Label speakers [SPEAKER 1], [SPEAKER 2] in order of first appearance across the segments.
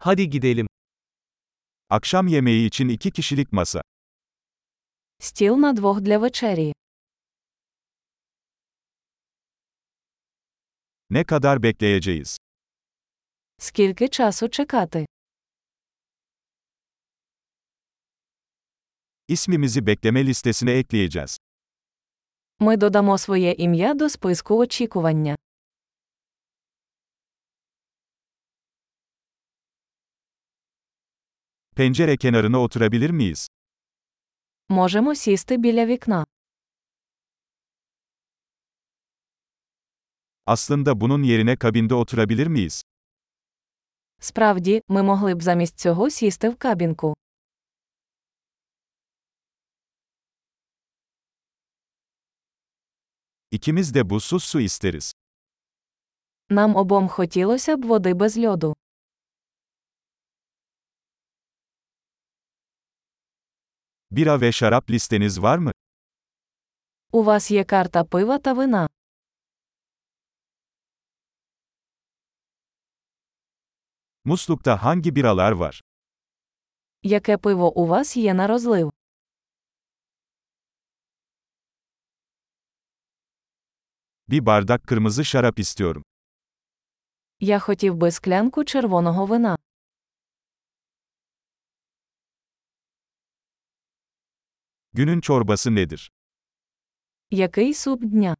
[SPEAKER 1] Hadi gidelim.
[SPEAKER 2] Akşam yemeği için iki kişilik masa.
[SPEAKER 3] Стіл на двох для вечері.
[SPEAKER 2] Ne kadar bekleyeceğiz?
[SPEAKER 3] Скільки часу чекати?
[SPEAKER 2] İsmimizi bekleme listesine ekleyeceğiz.
[SPEAKER 3] Ми додамо своє ім'я до списку очікування.
[SPEAKER 2] Pencere kenarına oturabilir miyiz?
[SPEAKER 3] Можемо сісти біля вікна.
[SPEAKER 2] Aslında bunun yerine kabinde oturabilir miyiz?
[SPEAKER 3] Справді, ми могли б замість цього сісти в кабінку.
[SPEAKER 2] İkimiz de buzsuz su isteriz.
[SPEAKER 3] Нам обом хотілося б води без льоду.
[SPEAKER 2] Bira ve şarap listeniz var mı?
[SPEAKER 3] У вас є карта пива та вина.
[SPEAKER 2] Muslukta hangi biralar var?
[SPEAKER 3] Яке пиво у вас є на розлив?
[SPEAKER 2] Bir bardak kırmızı şarap istiyorum.
[SPEAKER 3] Я хотів би склянку червоного вина.
[SPEAKER 2] Günün çorbası nedir?
[SPEAKER 3] Який суп дня?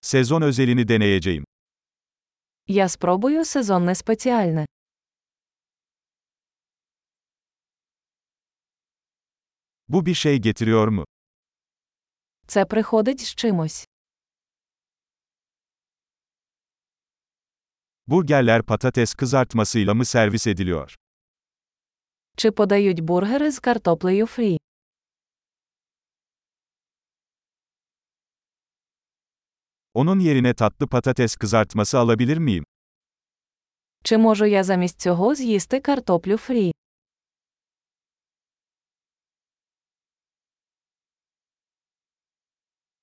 [SPEAKER 2] Sezon özelini deneyeceğim.
[SPEAKER 3] Я спробую сезонне спеціальне.
[SPEAKER 2] Bu bir şey getiriyor mu?
[SPEAKER 3] Це приходить з чимось.
[SPEAKER 2] Burgerler patates kızartmasıyla mı servis ediliyor?
[SPEAKER 3] Чи подають бургери з картоплею фрі?
[SPEAKER 2] Onun yerine tatlı patates kızartması alabilir miyim?
[SPEAKER 3] Чи можу я замість цього з'їсти картоплю фрі?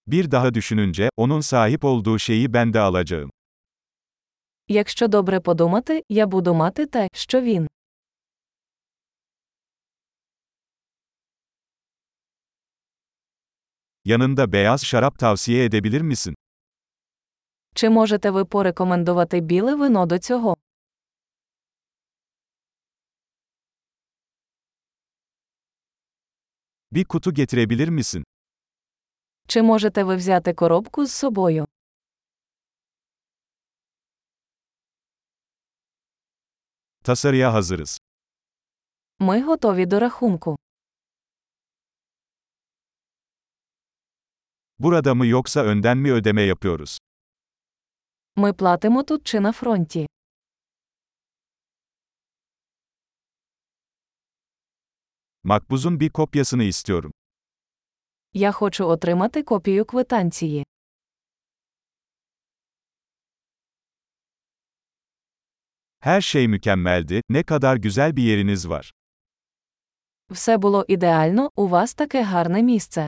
[SPEAKER 2] Bir daha düşününce, onun sahip olduğu şeyi ben de alacağım.
[SPEAKER 3] Якщо добре подумати, я буду мати те, що він.
[SPEAKER 2] Yanında beyaz şarap tavsiye edebilir misin?
[SPEAKER 3] Чи можете ви порекомендувати біле вино до цього?
[SPEAKER 2] Bir kutu getirebilir misin?
[SPEAKER 3] Чи можете ви взяти коробку з собою?
[SPEAKER 2] Tasarıya hazırız.
[SPEAKER 3] Ми готові до рахунку.
[SPEAKER 2] Burada mı yoksa önden mi ödeme yapıyoruz?
[SPEAKER 3] Ми платимо тут чи на фронті.
[SPEAKER 2] Makbuzun bir kopyasını istiyorum.
[SPEAKER 3] Я хочу отримати копію квитанції.
[SPEAKER 2] Her şey mükemmeldi, ne kadar güzel bir yeriniz var.
[SPEAKER 3] Все було ідеально, у вас таке гарне місце.